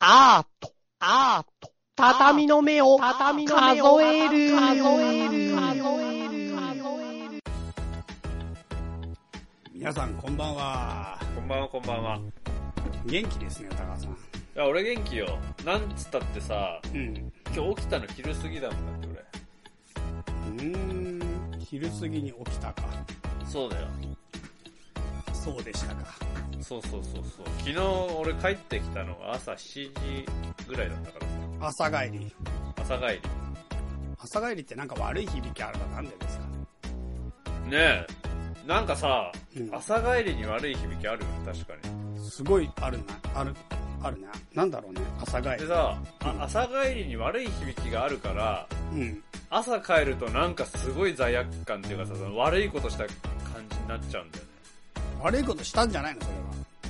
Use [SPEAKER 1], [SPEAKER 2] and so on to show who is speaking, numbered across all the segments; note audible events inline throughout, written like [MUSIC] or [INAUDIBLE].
[SPEAKER 1] アート、アート、畳の目を、畳の目を数える、
[SPEAKER 2] 皆さんこんばんは
[SPEAKER 3] こんばんは、こんばんは。い
[SPEAKER 2] 元気ですね高橋さん
[SPEAKER 3] や、俺元気よ。なんつったってさ、
[SPEAKER 2] うん
[SPEAKER 3] 今日起きたの昼過ぎだもんだって
[SPEAKER 2] うーん昼過ぎに起きたか
[SPEAKER 3] 俺。そうだよ。
[SPEAKER 2] そうでしたか
[SPEAKER 3] そうそうそうそう。昨日俺帰ってきたのが朝7時ぐらいだったから
[SPEAKER 2] 朝帰り
[SPEAKER 3] さ、朝帰
[SPEAKER 2] 朝帰りってなんか悪い響きあればなんでですか
[SPEAKER 3] り。ねえ。なんかさ、
[SPEAKER 2] うん
[SPEAKER 3] 朝帰りに悪い響きあるよね、確か
[SPEAKER 2] すごいあるなあるあるななんだろうね朝帰
[SPEAKER 3] に。で
[SPEAKER 2] り
[SPEAKER 3] さ、
[SPEAKER 2] うん
[SPEAKER 3] あ朝帰りに悪い響きがあるから、
[SPEAKER 2] うん
[SPEAKER 3] 朝帰るとなんかすごい罪悪感っていうかさ、その悪いことした感じになっちゃうんだよね。
[SPEAKER 2] 悪いことしたんじゃないのそ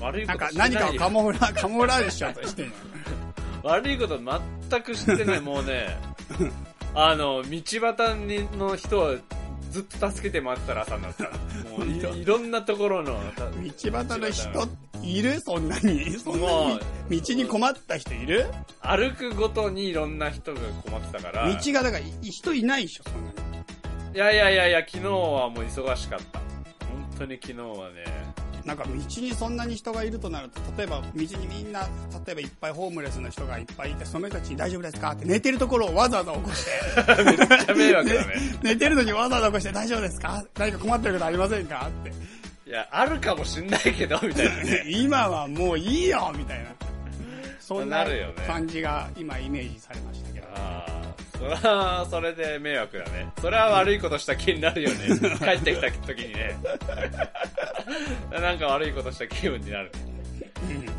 [SPEAKER 2] れは
[SPEAKER 3] 悪いこ
[SPEAKER 2] なん
[SPEAKER 3] と
[SPEAKER 2] か
[SPEAKER 3] してない
[SPEAKER 2] 何かをカモフラ [LAUGHS] カモフラージュしようとしてんの
[SPEAKER 3] 悪いこと全く知ってない、もう
[SPEAKER 2] [LAUGHS]
[SPEAKER 3] ね、あの、道端にの人はずっと助けて回ってたら朝になったら、もう
[SPEAKER 2] 本当
[SPEAKER 3] いいろんなところの、た
[SPEAKER 2] 道端の人いるそんなにそんな
[SPEAKER 3] も
[SPEAKER 2] に道に困った人いる
[SPEAKER 3] 歩くごとにいろんな人が困ってたから、
[SPEAKER 2] 道がだからい人いないでしょそんなに
[SPEAKER 3] いやいやいやいや、昨日はもう忙しかった。本当に昨日はね、
[SPEAKER 2] なんか道にそんなに人がいるとなると例えば道にみんな例えばいっぱいホームレスの人がいっぱいいてその人たちに大丈夫ですか
[SPEAKER 3] [LAUGHS]
[SPEAKER 2] って寝てるところをわざわざ起こして
[SPEAKER 3] めっちゃ迷惑だね。
[SPEAKER 2] [LAUGHS] 寝てるのにわざわざ起こして大丈夫ですか何か困ってることありませんかって
[SPEAKER 3] いや、あるかもしんないけど、みたいなね。
[SPEAKER 2] 今はもういいよみたいなそんな
[SPEAKER 3] なるよね
[SPEAKER 2] 感じが今イメージされましたけど
[SPEAKER 3] あーそれは、それで迷惑だね。それは悪いことした気になるよ [LAUGHS] ね。帰ってきた時にね。なんか悪いことした気分になる。
[SPEAKER 2] うん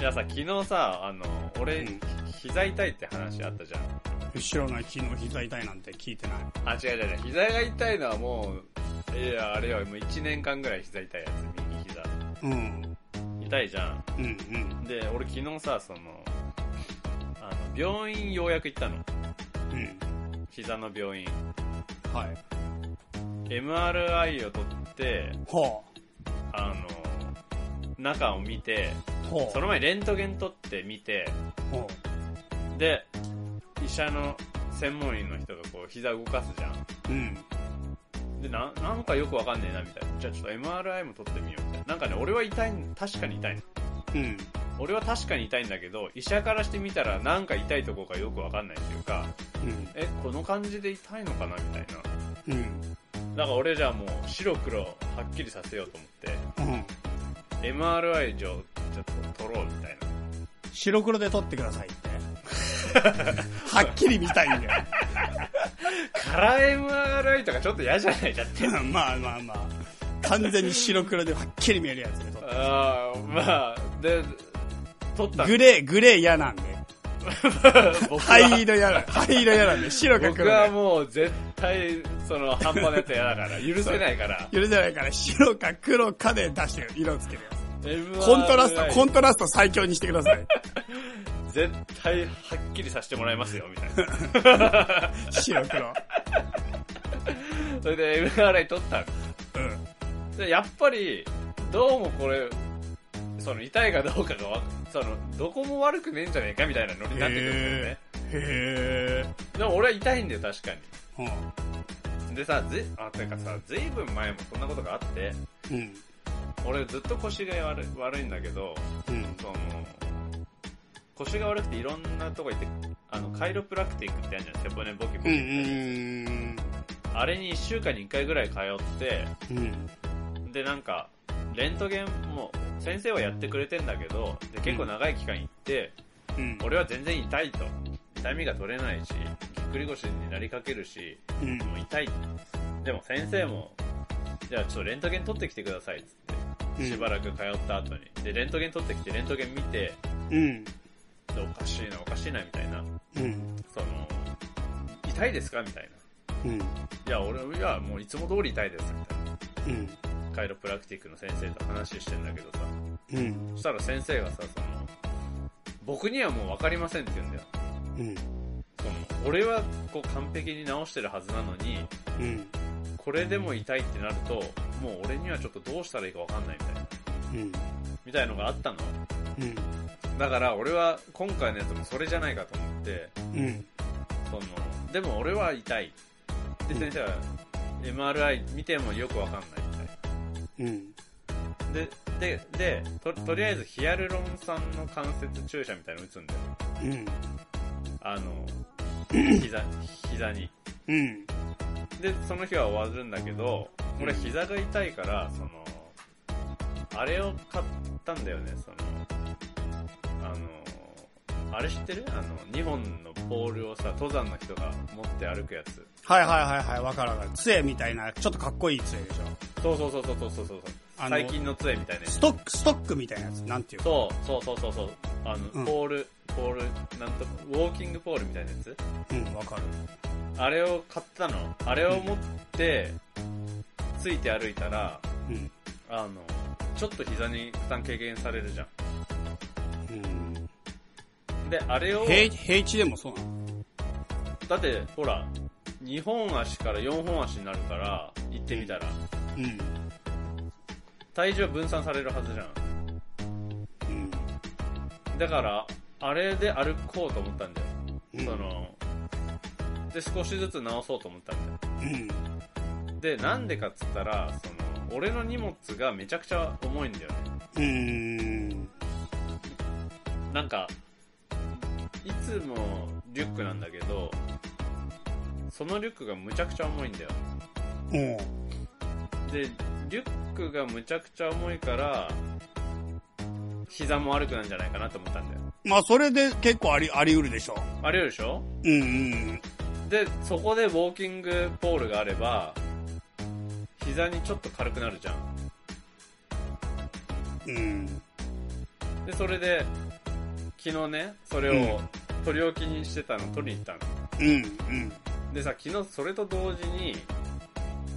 [SPEAKER 3] いやさ、昨日さ、あの、俺
[SPEAKER 2] うん、
[SPEAKER 3] 膝痛いって話あったじゃん。
[SPEAKER 2] 後ろの昨日膝痛いなんて聞いてない
[SPEAKER 3] あ、違う違う違う。膝が痛いのはもう、いや、あれよ、もう1年間ぐらい膝痛いやつ、右膝。
[SPEAKER 2] うん
[SPEAKER 3] 痛いじゃん。
[SPEAKER 2] うんうん
[SPEAKER 3] で、俺昨日さ、その、あの、病院ようやく行ったの。
[SPEAKER 2] うん
[SPEAKER 3] 膝の病院。
[SPEAKER 2] はい
[SPEAKER 3] MRI を取って、
[SPEAKER 2] ほ
[SPEAKER 3] あの、中を見て、
[SPEAKER 2] うほう
[SPEAKER 3] その前にレントゲン取って見て、
[SPEAKER 2] ほ
[SPEAKER 3] で、医者の専門医の人がこう、膝動かすじゃん。
[SPEAKER 2] ううん
[SPEAKER 3] で、な、なんかよくわかんねえな、みたいな。じゃあちょっと MRI も取ってみよう、みたいな。なんかね、俺は痛いん、確かに痛いの。
[SPEAKER 2] うん
[SPEAKER 3] 俺は確かに痛いんだけど、医者からしてみたら、なんか痛いとこがよくわかんないっていうか、
[SPEAKER 2] うん
[SPEAKER 3] え、この感じで痛いのかな、みたいな。
[SPEAKER 2] うん
[SPEAKER 3] だから俺じゃあもう、白黒、はっきりさせようと思っ
[SPEAKER 2] うん
[SPEAKER 3] て、MRI 上、ちょっと取ろう、みたいな。
[SPEAKER 2] 白黒で撮ってくださいって。 [LAUGHS] はっきり見たいんだよ。 [LAUGHS]
[SPEAKER 3] カラー MRI とかちょっと嫌じゃないだって。
[SPEAKER 2] まあまあまあ。完全に白黒ではっきり見えるやつで撮
[SPEAKER 3] [LAUGHS]
[SPEAKER 2] って。
[SPEAKER 3] ああ、まあ、で、撮った
[SPEAKER 2] グレー、グレー嫌なんで。
[SPEAKER 3] 僕は、
[SPEAKER 2] 灰色嫌
[SPEAKER 3] [LAUGHS]
[SPEAKER 2] なんで。灰色嫌なんで。白か
[SPEAKER 3] 僕
[SPEAKER 2] 黒
[SPEAKER 3] は
[SPEAKER 2] で。
[SPEAKER 3] もう絶対、その、半端なやつ嫌だから、許せないから。
[SPEAKER 2] 許せないから白か黒かで出してる。色をつけるやつ。
[SPEAKER 3] MRI
[SPEAKER 2] コントラスト、コントラスト最強にしてくだ
[SPEAKER 3] [LAUGHS]
[SPEAKER 2] さい。
[SPEAKER 3] 絶対、はっきりさせてもらいますよ、みたいな。
[SPEAKER 2] 白黒。
[SPEAKER 3] それで MRI 撮った
[SPEAKER 2] うん。
[SPEAKER 3] ので、やっぱり、どうもこれ、その、痛いかどうかがわ、その、どこも悪くねえんじゃねえか、みたいなノリになってくるんだよね。
[SPEAKER 2] へ
[SPEAKER 3] でも俺は痛いんだよ、確かに。
[SPEAKER 2] ー。
[SPEAKER 3] でさ、ずい、あ、てかさ、ずいぶん前もそんなことがあって、
[SPEAKER 2] うん。うん。
[SPEAKER 3] 俺ずっと腰が悪い悪いんだけど、
[SPEAKER 2] うん。
[SPEAKER 3] その、腰が悪くていろんなとこ行って、あの、カイロプラクティックってあるじゃん、背骨ボキボ
[SPEAKER 2] う
[SPEAKER 3] キ。
[SPEAKER 2] ん。うん。
[SPEAKER 3] あれに1週間に1回ぐらい通って、
[SPEAKER 2] うん。
[SPEAKER 3] で、なんか、レントゲンも、先生はやってくれてんだけど、で結構長い期間行って、
[SPEAKER 2] うん。
[SPEAKER 3] 俺は全然痛いと。痛みが取れないし、ぎっくり腰になりかけるし、
[SPEAKER 2] うん。
[SPEAKER 3] もう痛い。でも先生も、じゃあちょっとレントゲン取ってきてくださいっつって、しばらく通った後に。で、レントゲン取ってきて、レントゲン見て、
[SPEAKER 2] うん。
[SPEAKER 3] でおかしいな、おかしいな、みたいな。
[SPEAKER 2] うん。
[SPEAKER 3] その、痛いですかみたい
[SPEAKER 2] うん。
[SPEAKER 3] な。いや、俺、いや、もういつも通り痛いです、みたいな。
[SPEAKER 2] うん。
[SPEAKER 3] カイロプラクティックの先生と話してんだけどさ。
[SPEAKER 2] うん。
[SPEAKER 3] そしたら先生がさ、その、僕にはもうわかりませんって言うんだよ。
[SPEAKER 2] うん。
[SPEAKER 3] その、俺はこう完璧に治してるはずなのに、
[SPEAKER 2] うん。
[SPEAKER 3] これでも痛いってなると、もう俺にはちょっとどうしたらいいかわかんないみたいな。
[SPEAKER 2] うん。
[SPEAKER 3] みたいのがあったの。
[SPEAKER 2] うん。
[SPEAKER 3] だから俺は今回のやつもそれじゃないかと思って
[SPEAKER 2] うん。
[SPEAKER 3] そのでも俺は痛いで先生は MRI 見てもよくわかんないみたい
[SPEAKER 2] うん。
[SPEAKER 3] でででととりあえずヒアルロン酸の関節注射みたいなの打つんだよ
[SPEAKER 2] うん。
[SPEAKER 3] あの膝膝に
[SPEAKER 2] うん。
[SPEAKER 3] でその日は終わるんだけど俺膝が痛いからそのあれを買ったんだよねそのあのあれ知ってるあの2本のポールをさ登山の人が持って歩くやつ
[SPEAKER 2] はいはいはいはい、わかるわかる。杖みたいな、ちょっとかっこいい杖でしょ。
[SPEAKER 3] そうそうそうそうそうそうそう
[SPEAKER 2] あの
[SPEAKER 3] 最近の杖みたいなやつ
[SPEAKER 2] ストック、ストックみたいなやつ。なんていうの
[SPEAKER 3] そうそうそうそうそうあの、
[SPEAKER 2] うん
[SPEAKER 3] ポールポールなんとかウォーキングポールみたいなやつ
[SPEAKER 2] うん、わかる。
[SPEAKER 3] あれを買ったのあれを持ってついて歩いたら
[SPEAKER 2] うん。
[SPEAKER 3] あのちょっと膝に負担軽減されるじゃん
[SPEAKER 2] うん。
[SPEAKER 3] で、あれを、
[SPEAKER 2] 平平地でもそうなの
[SPEAKER 3] だって、ほら、2本足から4本足になるから、行ってみたら、
[SPEAKER 2] うん。
[SPEAKER 3] 体重は分散されるはずじゃ
[SPEAKER 2] うん。
[SPEAKER 3] ん。だから、あれで歩こうと思ったんだよ。
[SPEAKER 2] うん
[SPEAKER 3] その、で、少しずつ直そうと思ったんだよ。
[SPEAKER 2] うん。
[SPEAKER 3] で、なんでかっつったら、その、俺の荷物がめちゃくちゃ重いんだよね。
[SPEAKER 2] うん。
[SPEAKER 3] なんか、いつもリュックなんだけど、そのリュックがむちゃくちゃ重いんだよ。
[SPEAKER 2] うん。
[SPEAKER 3] でリュックがむちゃくちゃ重いから膝も悪くなるんじゃないかなと思ったんだよ
[SPEAKER 2] まあ、それで結構あり、あり得るでしょ。
[SPEAKER 3] あれよでしょ
[SPEAKER 2] うんうん。
[SPEAKER 3] でそこでウォーキングポールがあれば膝にちょっと軽くなるじゃん
[SPEAKER 2] うん。
[SPEAKER 3] でそれで昨日ねそれを取り置きにしてたの取りに行ったの
[SPEAKER 2] うん。うん。
[SPEAKER 3] でさ昨日それと同時に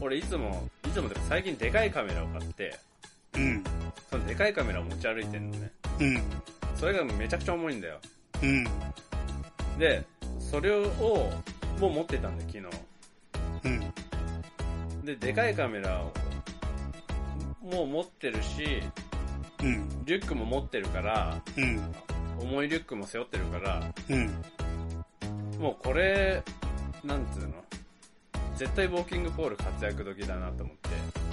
[SPEAKER 3] 俺いつもいつもで最近でかいカメラを買って
[SPEAKER 2] うん。
[SPEAKER 3] そのでかいカメラを持ち歩いてんのね
[SPEAKER 2] うん。
[SPEAKER 3] それがめちゃくちゃ重いんだよ
[SPEAKER 2] うん。
[SPEAKER 3] でそれをもう持ってたんだ昨日
[SPEAKER 2] うん。
[SPEAKER 3] ででかいカメラをもう持ってるし
[SPEAKER 2] うん。
[SPEAKER 3] リュックも持ってるから
[SPEAKER 2] うん。
[SPEAKER 3] 重いリュックも背負ってるから
[SPEAKER 2] うん。
[SPEAKER 3] もうこれなんつうの絶対ウォーキングポール活躍時だなと思っ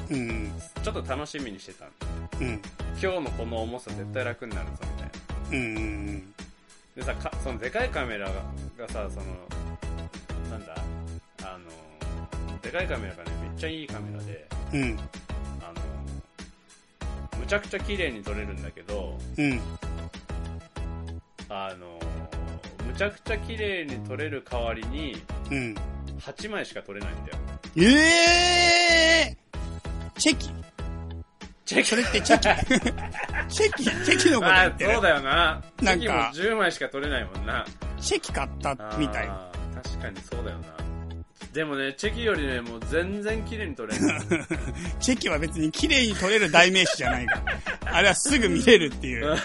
[SPEAKER 3] て
[SPEAKER 2] うん。
[SPEAKER 3] ちょっと楽しみにしてたの
[SPEAKER 2] うん。
[SPEAKER 3] 今日のこの重さ絶対楽になるぞみたいな
[SPEAKER 2] うん。
[SPEAKER 3] でさかそのでかいカメラががさそのなんだあのでかいカメラがねめっちゃいいカメラで
[SPEAKER 2] うん。
[SPEAKER 3] あの、むちゃくちゃ綺麗に撮れるんだけど、
[SPEAKER 2] うん。
[SPEAKER 3] あの、むちゃくちゃ綺麗に撮れる代わりに、
[SPEAKER 2] うん。
[SPEAKER 3] 8枚しか撮れないんだよ。
[SPEAKER 2] ええー、チェキ
[SPEAKER 3] チェ
[SPEAKER 2] それってチェ
[SPEAKER 3] [LAUGHS]
[SPEAKER 2] キチェキチェキのこと言
[SPEAKER 3] あ
[SPEAKER 2] っ、て
[SPEAKER 3] そう
[SPEAKER 2] る。
[SPEAKER 3] だよな。
[SPEAKER 2] なんか
[SPEAKER 3] 席も10枚しか撮れないもんな。
[SPEAKER 2] チェキ買った
[SPEAKER 3] あー
[SPEAKER 2] みたいな。 [LAUGHS]
[SPEAKER 3] 確かにそうだよな。でもね、チェキよりね、もう全然綺麗に撮れ [LAUGHS] ない。
[SPEAKER 2] チェキは別に綺麗に取れる代名詞じゃないから。あれはすぐ見れるっていう。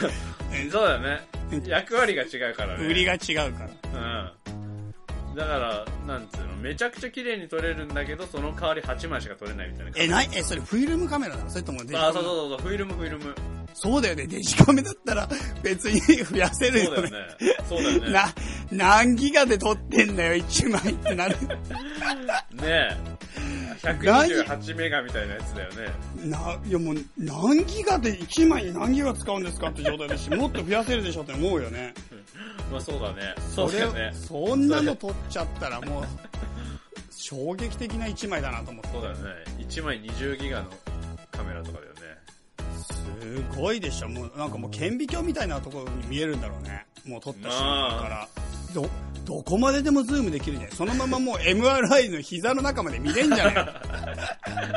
[SPEAKER 3] そうだよね。役割が違うからね。
[SPEAKER 2] 売りが違うから。
[SPEAKER 3] うん。だから、なんつうの、めちゃくちゃ綺麗に撮れるんだけど、その代わり8枚しか撮れないみたいな感
[SPEAKER 2] え、ないえ、それフィルムカメラなのそれともデジカメ
[SPEAKER 3] あ、そうそうそうそう、フィルムフィルム。
[SPEAKER 2] そうだよね。デジカメだったら別に増やせる
[SPEAKER 3] そうだ
[SPEAKER 2] よ
[SPEAKER 3] よ
[SPEAKER 2] ね。
[SPEAKER 3] ね。そうだよね。
[SPEAKER 2] な、何ギガで撮ってんだよ、1枚ってなる。
[SPEAKER 3] ねえ。128メガみたいなやつだよね。
[SPEAKER 2] な、いやもう、何ギガで1枚に何ギガ使うんですかって状態
[SPEAKER 3] [LAUGHS]
[SPEAKER 2] だし、もっと増やせるでしょって思うよね。
[SPEAKER 3] まあそうだね。そうだよね。
[SPEAKER 2] そんなの撮っちゃったらもう、衝撃的な1枚だなと思って。
[SPEAKER 3] そうだよね。1枚20ギガのカメラとかだよね。
[SPEAKER 2] すごいでしょ。もうなんかもう顕微鏡みたいなところに見えるんだろうね。もう撮った瞬間から。ど、どこまででもズームできるんじゃないそのままもう MRI の膝の中まで見れんじゃ
[SPEAKER 3] [LAUGHS]
[SPEAKER 2] ない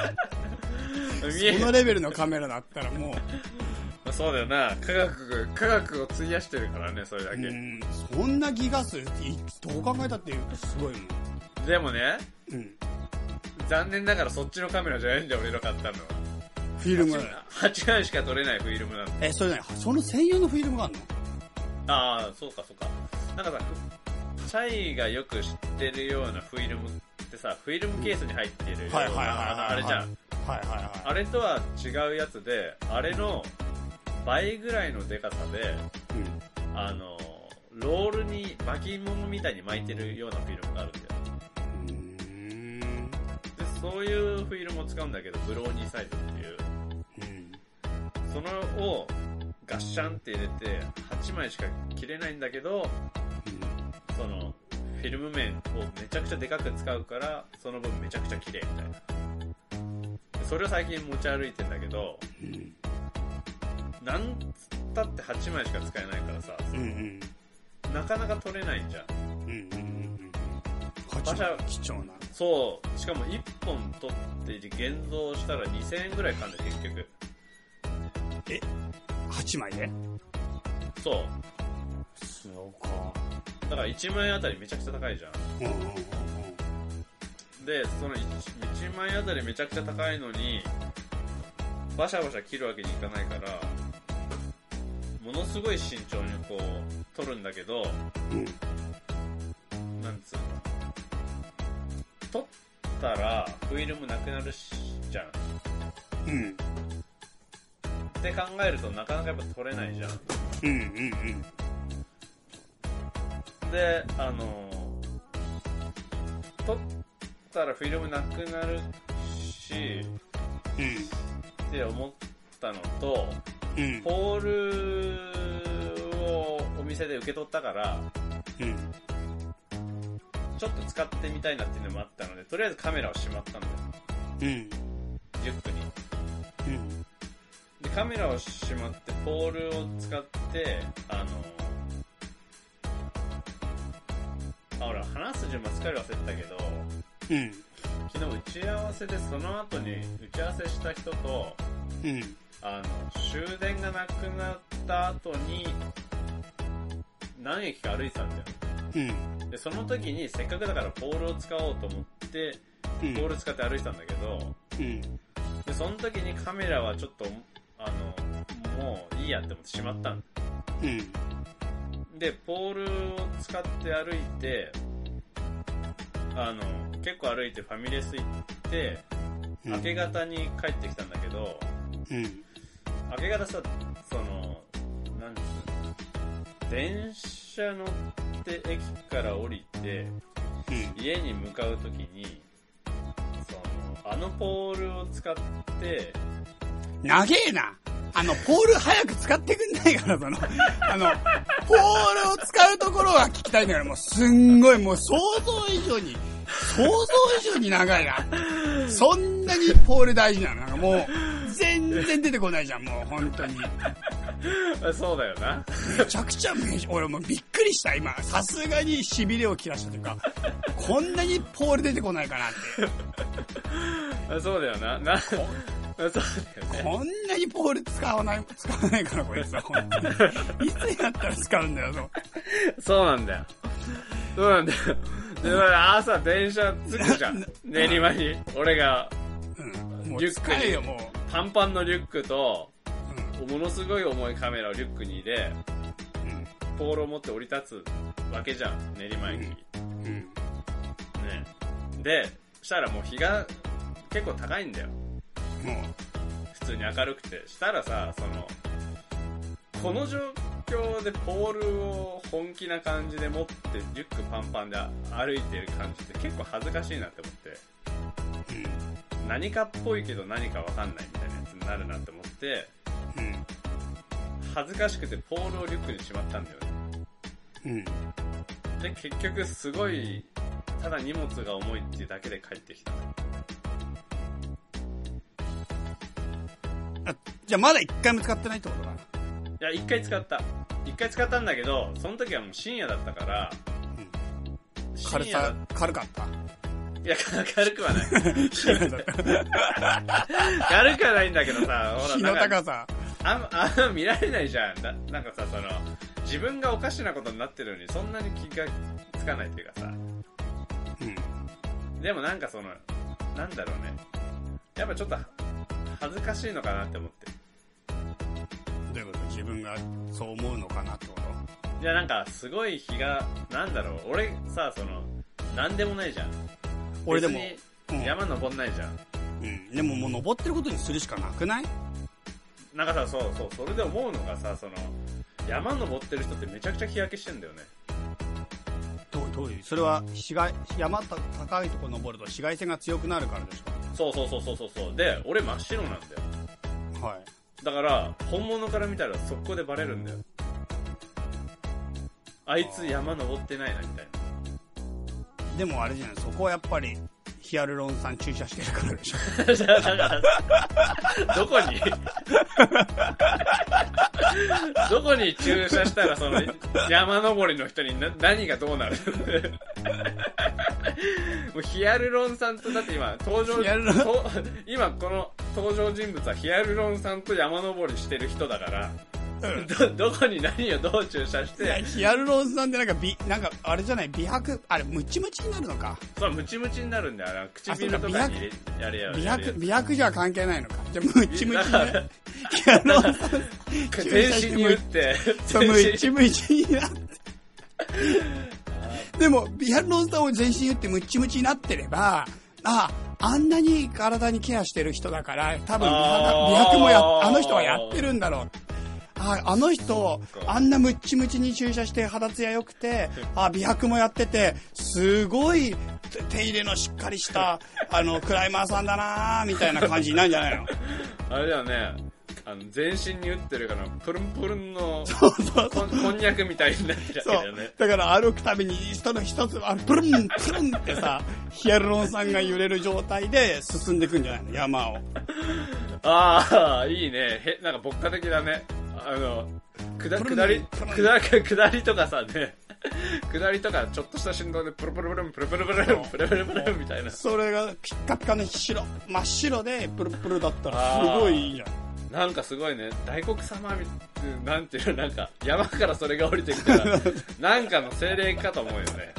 [SPEAKER 3] 見え
[SPEAKER 2] このレベルのカメラだったらも
[SPEAKER 3] まあそうだよな。科学、科学を費やしてるからね、それだ
[SPEAKER 2] う、う
[SPEAKER 3] け。
[SPEAKER 2] ん、そんなギガ数、いどう考えたってすごいもん。
[SPEAKER 3] でもね、
[SPEAKER 2] うん。
[SPEAKER 3] 残念ながらそっちのカメラじゃないんだよ、俺の買ったのは。
[SPEAKER 2] フィルム。
[SPEAKER 3] 8枚しか撮れないフィルムなの。
[SPEAKER 2] え、それね、その専用のフィルムがあるの
[SPEAKER 3] ああ、そうかそうか。なんかさ、チャイがよく知ってるようなフィルムってさ、フィルムケースに入ってるよう
[SPEAKER 2] はいはいはい
[SPEAKER 3] な、あのあれじゃん。。
[SPEAKER 2] はいはいはい。
[SPEAKER 3] あれとは違うやつで、あれの倍ぐらいのデカさで、
[SPEAKER 2] うん
[SPEAKER 3] あの、ロールに巻物みたいに巻いてるようなフィルムがあるんだよ。
[SPEAKER 2] うん
[SPEAKER 3] で、そういうフィルムを使うんだけど、ブローニーサイズっていう。
[SPEAKER 2] うん
[SPEAKER 3] そのをガッシャンって入れて、8枚しか切れないんだけど、その、フィルム面をめちゃくちゃでかく使うから、その分めちゃくちゃ綺麗みたいな。それを最近持ち歩いてんだけど、
[SPEAKER 2] うん
[SPEAKER 3] なんつったって8枚しか使えないからさ、
[SPEAKER 2] うんうん
[SPEAKER 3] なかなか取れないじゃん。
[SPEAKER 2] うんうんうん
[SPEAKER 3] 馬車
[SPEAKER 2] 貴重な
[SPEAKER 3] そう、しかも1本取って現像したら2000円ぐらいかんで結局。
[SPEAKER 2] 8枚で
[SPEAKER 3] そう。
[SPEAKER 2] そうか
[SPEAKER 3] だから1万円あたりめちゃくちゃ高いじゃん。
[SPEAKER 2] うんうんうん
[SPEAKER 3] で、その 1, 万円あたりめちゃくちゃ高いのに、バシャバシャ切るわけにいかないから、ものすごい慎重にこう、取るんだけど、
[SPEAKER 2] うん
[SPEAKER 3] なんつうの。取ったら、フィルムなくなるし、じゃん。っ
[SPEAKER 2] うん
[SPEAKER 3] て考えるとなかなかやっぱ取れないじゃん。
[SPEAKER 2] うんうんうん
[SPEAKER 3] で、あの、取ったらフィルムなくなるし、って思ったのと、
[SPEAKER 2] うんうん
[SPEAKER 3] ポールをお店で受け取ったから、
[SPEAKER 2] うん
[SPEAKER 3] ちょっと使ってみたいなっていうのもあったので、とりあえずカメラをしまったんだよ。
[SPEAKER 2] うん
[SPEAKER 3] ジュックに。
[SPEAKER 2] うん
[SPEAKER 3] で、カメラをしまって、ポールを使って、あの、あ、ほら、話す順番すっかり忘れてたけど、
[SPEAKER 2] うん
[SPEAKER 3] 昨日打ち合わせでその後に打ち合わせした人と、
[SPEAKER 2] うん
[SPEAKER 3] あの、終電がなくなった後に、何駅か歩いてたんだよ。
[SPEAKER 2] うん
[SPEAKER 3] で、その時にせっかくだからポールを使おうと思って、
[SPEAKER 2] うん
[SPEAKER 3] ポール使って歩いてたんだけど、
[SPEAKER 2] うん
[SPEAKER 3] で、その時にカメラはちょっと、あの、もういいやって思ってしまったん
[SPEAKER 2] うん
[SPEAKER 3] で、ポールを使って歩いて、あの、結構歩いてファミレス行って、
[SPEAKER 2] うん
[SPEAKER 3] 明け方に帰ってきたんだけど、
[SPEAKER 2] うん
[SPEAKER 3] 明け方さ、その、なんつうの、電車乗って駅から降りて、
[SPEAKER 2] うん
[SPEAKER 3] 家に向かうときに、その、あのポールを使って、
[SPEAKER 2] 長えな。あの、ポール早く使ってくんないから、その、 [LAUGHS] あの、ポールを使うところは聞きたいんだから、もうすんごい、もう想像以上に、想像以上に長いな。そんなにポール大事なのなんかもう、全然出てこないじゃん、もう本当に。
[SPEAKER 3] あ [LAUGHS] そうだよな。 [LAUGHS]
[SPEAKER 2] めちゃくちゃめ、俺もうびっくりした、今。さすがに痺れを切らしたというか、こんなにポール出てこないかなって。
[SPEAKER 3] あそうだよな。な、あ [LAUGHS] そうだよね。
[SPEAKER 2] こんなにポール使わない、使わないから、こいつは。本当にいつになったら使うんだよ、そう。
[SPEAKER 3] そうなんだよ。そうなんだよ。で、だから朝電車着くじゃん。練馬に。俺が
[SPEAKER 2] うんもう
[SPEAKER 3] リュック
[SPEAKER 2] 使
[SPEAKER 3] に
[SPEAKER 2] えよ、も
[SPEAKER 3] パンパンのリュックと、
[SPEAKER 2] う。うん
[SPEAKER 3] ものすごい重いカメラをリュックに入れ、ポールを持って降り立つわけじゃん。練馬駅。ね。
[SPEAKER 2] うん。
[SPEAKER 3] で、したらもう日が結構高いんだよ。
[SPEAKER 2] も
[SPEAKER 3] 普通に明るくてしたらさそのこの状況でポールを本気な感じで持ってリュックパンパンで歩いてる感じって結構恥ずかしいなって思って
[SPEAKER 2] う、うん。
[SPEAKER 3] 何かっぽいけど何かわかんないみたいなやつになるなって思って恥ずかしくてポールをリュックにしまったんだよね
[SPEAKER 2] うん。うん。
[SPEAKER 3] で結局すごいただ荷物が重いっていうだけで帰ってきた
[SPEAKER 2] あ、じゃあまだ一回も使ってないってことかな。
[SPEAKER 3] いや、一回使った。一回使ったんだけど、その時はもう深夜だったから、
[SPEAKER 2] うん
[SPEAKER 3] 深
[SPEAKER 2] 軽
[SPEAKER 3] 夜だ
[SPEAKER 2] さ、軽か [LAUGHS] った。
[SPEAKER 3] いや、軽くはない。
[SPEAKER 2] 火の高
[SPEAKER 3] 軽くはないんだけ
[SPEAKER 2] [LAUGHS]
[SPEAKER 3] どさ、ほら、
[SPEAKER 2] 火
[SPEAKER 3] な
[SPEAKER 2] の
[SPEAKER 3] んか、
[SPEAKER 2] 高さ。
[SPEAKER 3] あん、あんま [LAUGHS] 見られないじゃん。ななんかさ、その、自分がおかしなことになってるのに、そんなに気がつかないっていうかさ、
[SPEAKER 2] うん。
[SPEAKER 3] でもなんかその、なんだろうね。やっぱちょっと、恥ずかしいのかなって思って。
[SPEAKER 2] どういうこと自分がそう思うのかなってこと
[SPEAKER 3] いや、なんか、すごい日が、なんだろう、俺さ、その、なんでもないじゃん。
[SPEAKER 2] 俺でも、
[SPEAKER 3] 別に山登んないじゃん。
[SPEAKER 2] うん。うん。でももう登ってることにするしかなくない
[SPEAKER 3] なんかさ、そうそう、それで思うのがさ、その、山登ってる人ってめちゃくちゃ日焼けしてんだよね。
[SPEAKER 2] どうどういうそれは紫外山た高いところ登ると紫外線が強くなるからですか
[SPEAKER 3] そうそうそうそうそうそう。で、俺真っ白なんだよ。
[SPEAKER 2] はい
[SPEAKER 3] だから、本物から見たら速攻でバレるんだよ。あいつ山登ってないな、みたいな。
[SPEAKER 2] でもあれじゃないそこはやっぱりヒアルロン酸注射してるからでしょ
[SPEAKER 3] じゃあだから、 [LAUGHS] どこにどこに駐車したら、その、山登りの人にな何がどうなる [LAUGHS] もうヒアルロン酸と、だって今、登場
[SPEAKER 2] ヒアルロン
[SPEAKER 3] と [LAUGHS] 今この登場人物はヒアルロン酸と山登りしてる人だから、ど、ど [LAUGHS] こに何をどう注射し
[SPEAKER 2] いや
[SPEAKER 3] て、
[SPEAKER 2] ヒアルロン酸ってなんか美なんかあれじゃない美白あれムチムチになるのか
[SPEAKER 3] それムチムチになるんだよ、あれは唇
[SPEAKER 2] あ
[SPEAKER 3] と
[SPEAKER 2] そう
[SPEAKER 3] か
[SPEAKER 2] か
[SPEAKER 3] に入れやれや
[SPEAKER 2] 美
[SPEAKER 3] やれや
[SPEAKER 2] 白美白じゃ関係ないのかじゃあムチムチになるヒアルロン酸
[SPEAKER 3] 全身に打って、
[SPEAKER 2] そうムチムチになってでもヒアルロン酸を全身打ってムチムチになってればああんなに体にケアしてる人だから多分美
[SPEAKER 3] あー
[SPEAKER 2] 白美白もやあの人はやってるんだろうああの人
[SPEAKER 3] そっか
[SPEAKER 2] あんなムッチムチに注射して肌ツヤ良くて
[SPEAKER 3] [LAUGHS]
[SPEAKER 2] あ美白もやっててすごい手手入れのしっかりしたあのクライマーさんだなーみたいな感じになるんじゃ
[SPEAKER 3] [LAUGHS]
[SPEAKER 2] ないの [LAUGHS]
[SPEAKER 3] あれだよね、あの全身に打ってるから、プルンプルンの
[SPEAKER 2] そうそう
[SPEAKER 3] こんこんにゃくみたいになってるわけだよね。
[SPEAKER 2] だから歩くたびに人の一つあプルンプルンってさヒアルロン酸が揺れる状態で進んでいくんじゃないの山を
[SPEAKER 3] ああ、いいね。へなんか牧歌的だね。あの、くだ、
[SPEAKER 2] プルン
[SPEAKER 3] 下り、
[SPEAKER 2] プルン
[SPEAKER 3] くだ、くだりとかさね、 [LAUGHS] 下りとかちょっとした振動でプルプルプルン、プルプルプルン、プルプルプルンみたいな。
[SPEAKER 2] それがピッカピカの白真っ白でプルプルだったらすごいいいじゃん
[SPEAKER 3] なんかすごいね、大黒様みなんていうの、なんか、山からそれが降りてき
[SPEAKER 2] [LAUGHS]
[SPEAKER 3] たら、なんかの精霊かと思うよね。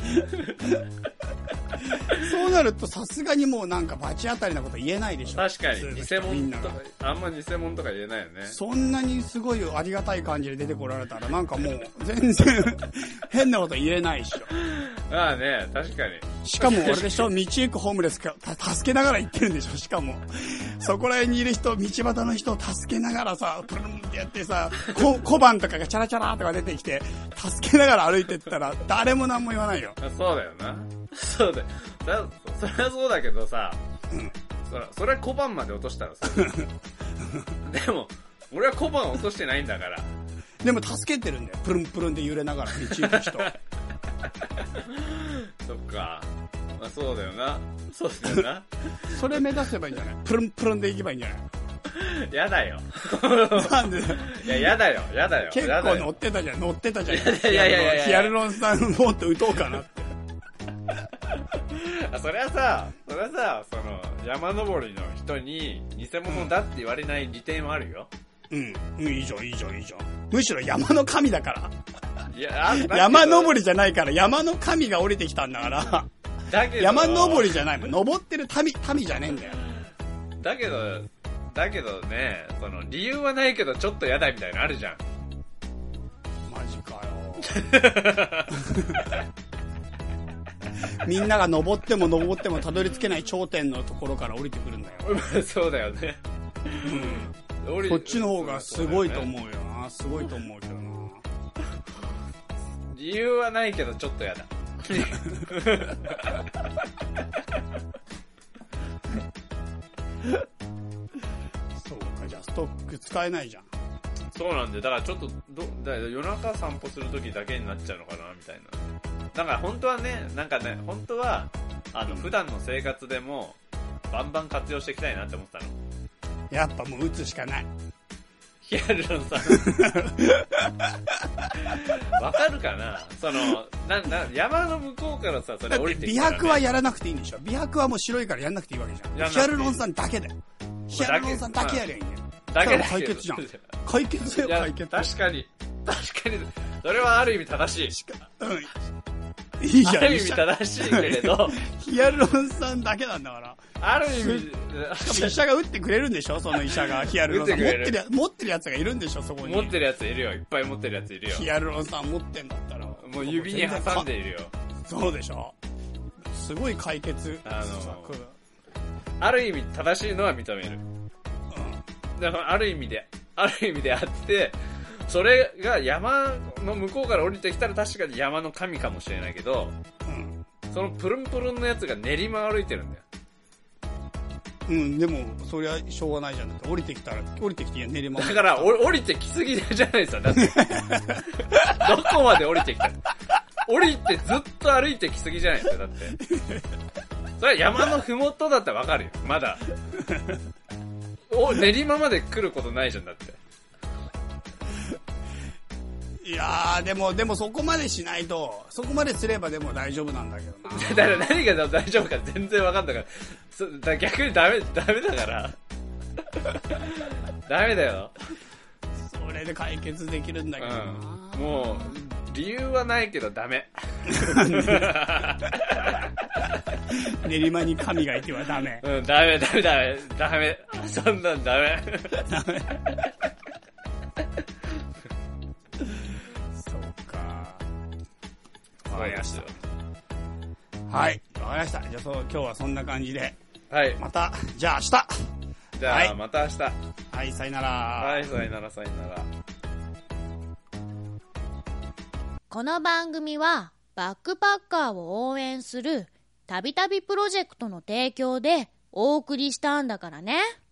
[SPEAKER 2] そうなるとさすがにもうなんか罰当たりなこと言えないでしょ
[SPEAKER 3] 確かに、
[SPEAKER 2] 普通
[SPEAKER 3] 偽
[SPEAKER 2] の人みん
[SPEAKER 3] 物
[SPEAKER 2] な
[SPEAKER 3] と
[SPEAKER 2] が
[SPEAKER 3] か、あんま偽物とか言えないよね。
[SPEAKER 2] そんなにすごいありがたい感じで出てこられたらなんかもう全然 [LAUGHS] 変なこと言えないでしょ
[SPEAKER 3] ああね、確かに。
[SPEAKER 2] しかもあれでしょ道行くホームレスかた助けながら行ってるんでしょしかもそこら辺にいる人道端の人を助けながらさプルンってやってさこ小判とかがチャラチャラとか出てきて助けながら歩いてったら誰も何も言わないよ
[SPEAKER 3] あそうだよな。そうだよ。だそそりゃそうだけどさ、そらそれは小判まで落とした
[SPEAKER 2] [LAUGHS]
[SPEAKER 3] らさ。でも、俺は小判落としてないんだから。
[SPEAKER 2] でも助けてるんだよプルンプルンで揺れながら道行く人
[SPEAKER 3] そっか。まあ、そうだよな。そうだよな。
[SPEAKER 2] それ目指せばいいんじゃないプルンプルンで行けばいいんじゃな
[SPEAKER 3] やだよ。
[SPEAKER 2] いなんで
[SPEAKER 3] いや、やだよ。やだよ。
[SPEAKER 2] 結
[SPEAKER 3] や
[SPEAKER 2] 構
[SPEAKER 3] だ
[SPEAKER 2] 乗
[SPEAKER 3] よ
[SPEAKER 2] ってたじゃん乗ってたじゃん
[SPEAKER 3] いやいやいやいや
[SPEAKER 2] ヒアルロン酸もっと打とうかなって
[SPEAKER 3] あそれはさ、それはさ、その、山登りの人に偽物だって言われない利点はあるよ。
[SPEAKER 2] うんうんいいじゃんいいじゃんいいじゃんむしろ山の神だから
[SPEAKER 3] いや、あ
[SPEAKER 2] 山登
[SPEAKER 3] り。
[SPEAKER 2] りじゃないから、山の神が降りてきたんだから、
[SPEAKER 3] だけど、
[SPEAKER 2] 山登りじゃないもん。登ってる民、民じゃねえんだよ。
[SPEAKER 3] だけど、だけどね、その、理由はないけど、ちょっとやだみたいなのあるじゃん。 [LAUGHS]
[SPEAKER 2] マジかよ。 [LAUGHS] みんなが登っても登ってもたどり着けない頂点のところから降りてくる
[SPEAKER 3] [LAUGHS]
[SPEAKER 2] んだよ。
[SPEAKER 3] そうだよね。うん。
[SPEAKER 2] こっちの方がすごいと思うよな。すごいと思うけどな。
[SPEAKER 3] 理由はないけど、ちょっとやだ。
[SPEAKER 2] そうか、じゃあストック使えないじゃん。
[SPEAKER 3] そうなんで、だからちょっと、ど、だから夜中散歩するときだけになっちゃうのかな、みたいな。だから本当はね、なんかね、本当は、あの、普段の生活でも、バンバン活用していきたいなって思ってたの。
[SPEAKER 2] やっぱもう打つしかない。
[SPEAKER 3] ヒアルロン酸。
[SPEAKER 2] [LAUGHS]
[SPEAKER 3] わかるかなその、な、な、山の向こうからさ、それ
[SPEAKER 2] だっ
[SPEAKER 3] 降
[SPEAKER 2] て
[SPEAKER 3] りて
[SPEAKER 2] 美
[SPEAKER 3] きたらね
[SPEAKER 2] 白はやらなくていいんでしょ美白はもう白いからやんなくていいわけじ
[SPEAKER 3] や
[SPEAKER 2] ゃ
[SPEAKER 3] んなくてい
[SPEAKER 2] ん。
[SPEAKER 3] い
[SPEAKER 2] ヒアルロン酸だけだよ。ヒアルロン酸だけやりゃいいんだよ。
[SPEAKER 3] だけだけど
[SPEAKER 2] 解決じゃん。解決だよ
[SPEAKER 3] いや、
[SPEAKER 2] 解決。
[SPEAKER 3] 確かに。確かに。それはある意味正しい。 [LAUGHS]
[SPEAKER 2] うん。いいじ
[SPEAKER 3] あ
[SPEAKER 2] ゃん。
[SPEAKER 3] る意味正しいけれど、
[SPEAKER 2] ヒアルロン酸だけなんだから。
[SPEAKER 3] ある意
[SPEAKER 2] [LAUGHS]
[SPEAKER 3] 味、
[SPEAKER 2] しかも医者が打ってくれるんでしょその医者
[SPEAKER 3] [LAUGHS]
[SPEAKER 2] が。ヒアルロン酸。
[SPEAKER 3] 打
[SPEAKER 2] 持っ
[SPEAKER 3] ってくれる
[SPEAKER 2] てるや、持ってるやつがいるんでしょそこに。
[SPEAKER 3] 持ってるやついるよ。いっぱい持ってるやついるよ。
[SPEAKER 2] ヒアルロン酸持ってんだったら。
[SPEAKER 3] もう指に挟んでいるよ。
[SPEAKER 2] そうでしょすごい解決策。
[SPEAKER 3] あのある意味正しいのは認める。
[SPEAKER 2] うん
[SPEAKER 3] [LAUGHS] だからある意味で、ある意味であって、それが山の向こうから降りてきたら確かに山の神かもしれないけど、
[SPEAKER 2] うん
[SPEAKER 3] そのプルンプルンのやつが練馬歩いてるんだよ。
[SPEAKER 2] うん、でも、そりゃ、しょうがないじゃん。だって降りてきたら、降りてきて寝れま
[SPEAKER 3] [LAUGHS] だから、お降りてきすぎじゃないですか、だって。どこまで降りてきたの降りてずっと歩いてきすぎじゃないですか、だって。それは山のふもとだったらわかるよ、まだ。お、練馬まで来ることないじゃん、だって。
[SPEAKER 2] いやー、でも、でもそこまでしないと、そこまですればでも大丈夫なんだけどな。
[SPEAKER 3] だから何が大丈夫か全然わかんないからそ。だから逆にダメ、ダメだから。 [LAUGHS] ダメだよ。
[SPEAKER 2] それで解決できるんだけどな。
[SPEAKER 3] うん。もう、理由はないけどダメ。
[SPEAKER 2] 練馬に神がいてはダ
[SPEAKER 3] [LAUGHS]
[SPEAKER 2] メ。
[SPEAKER 3] うん、ダメ、ダメ、ダメ、ダメ。そんなんダメ。
[SPEAKER 2] そうか。
[SPEAKER 3] わかりまし
[SPEAKER 2] はい、わかりました。じゃあそう、今日はそんな感じで、
[SPEAKER 3] た。はい。
[SPEAKER 2] また、じゃあ明
[SPEAKER 3] じゃあ、
[SPEAKER 2] はい
[SPEAKER 3] また明日。
[SPEAKER 2] 日はい、さよなら。
[SPEAKER 3] はい、さよなら、さよなら。
[SPEAKER 4] この番組はバックパッカーを応援するたびたびプロジェクトの提供でお送りしたんだからね。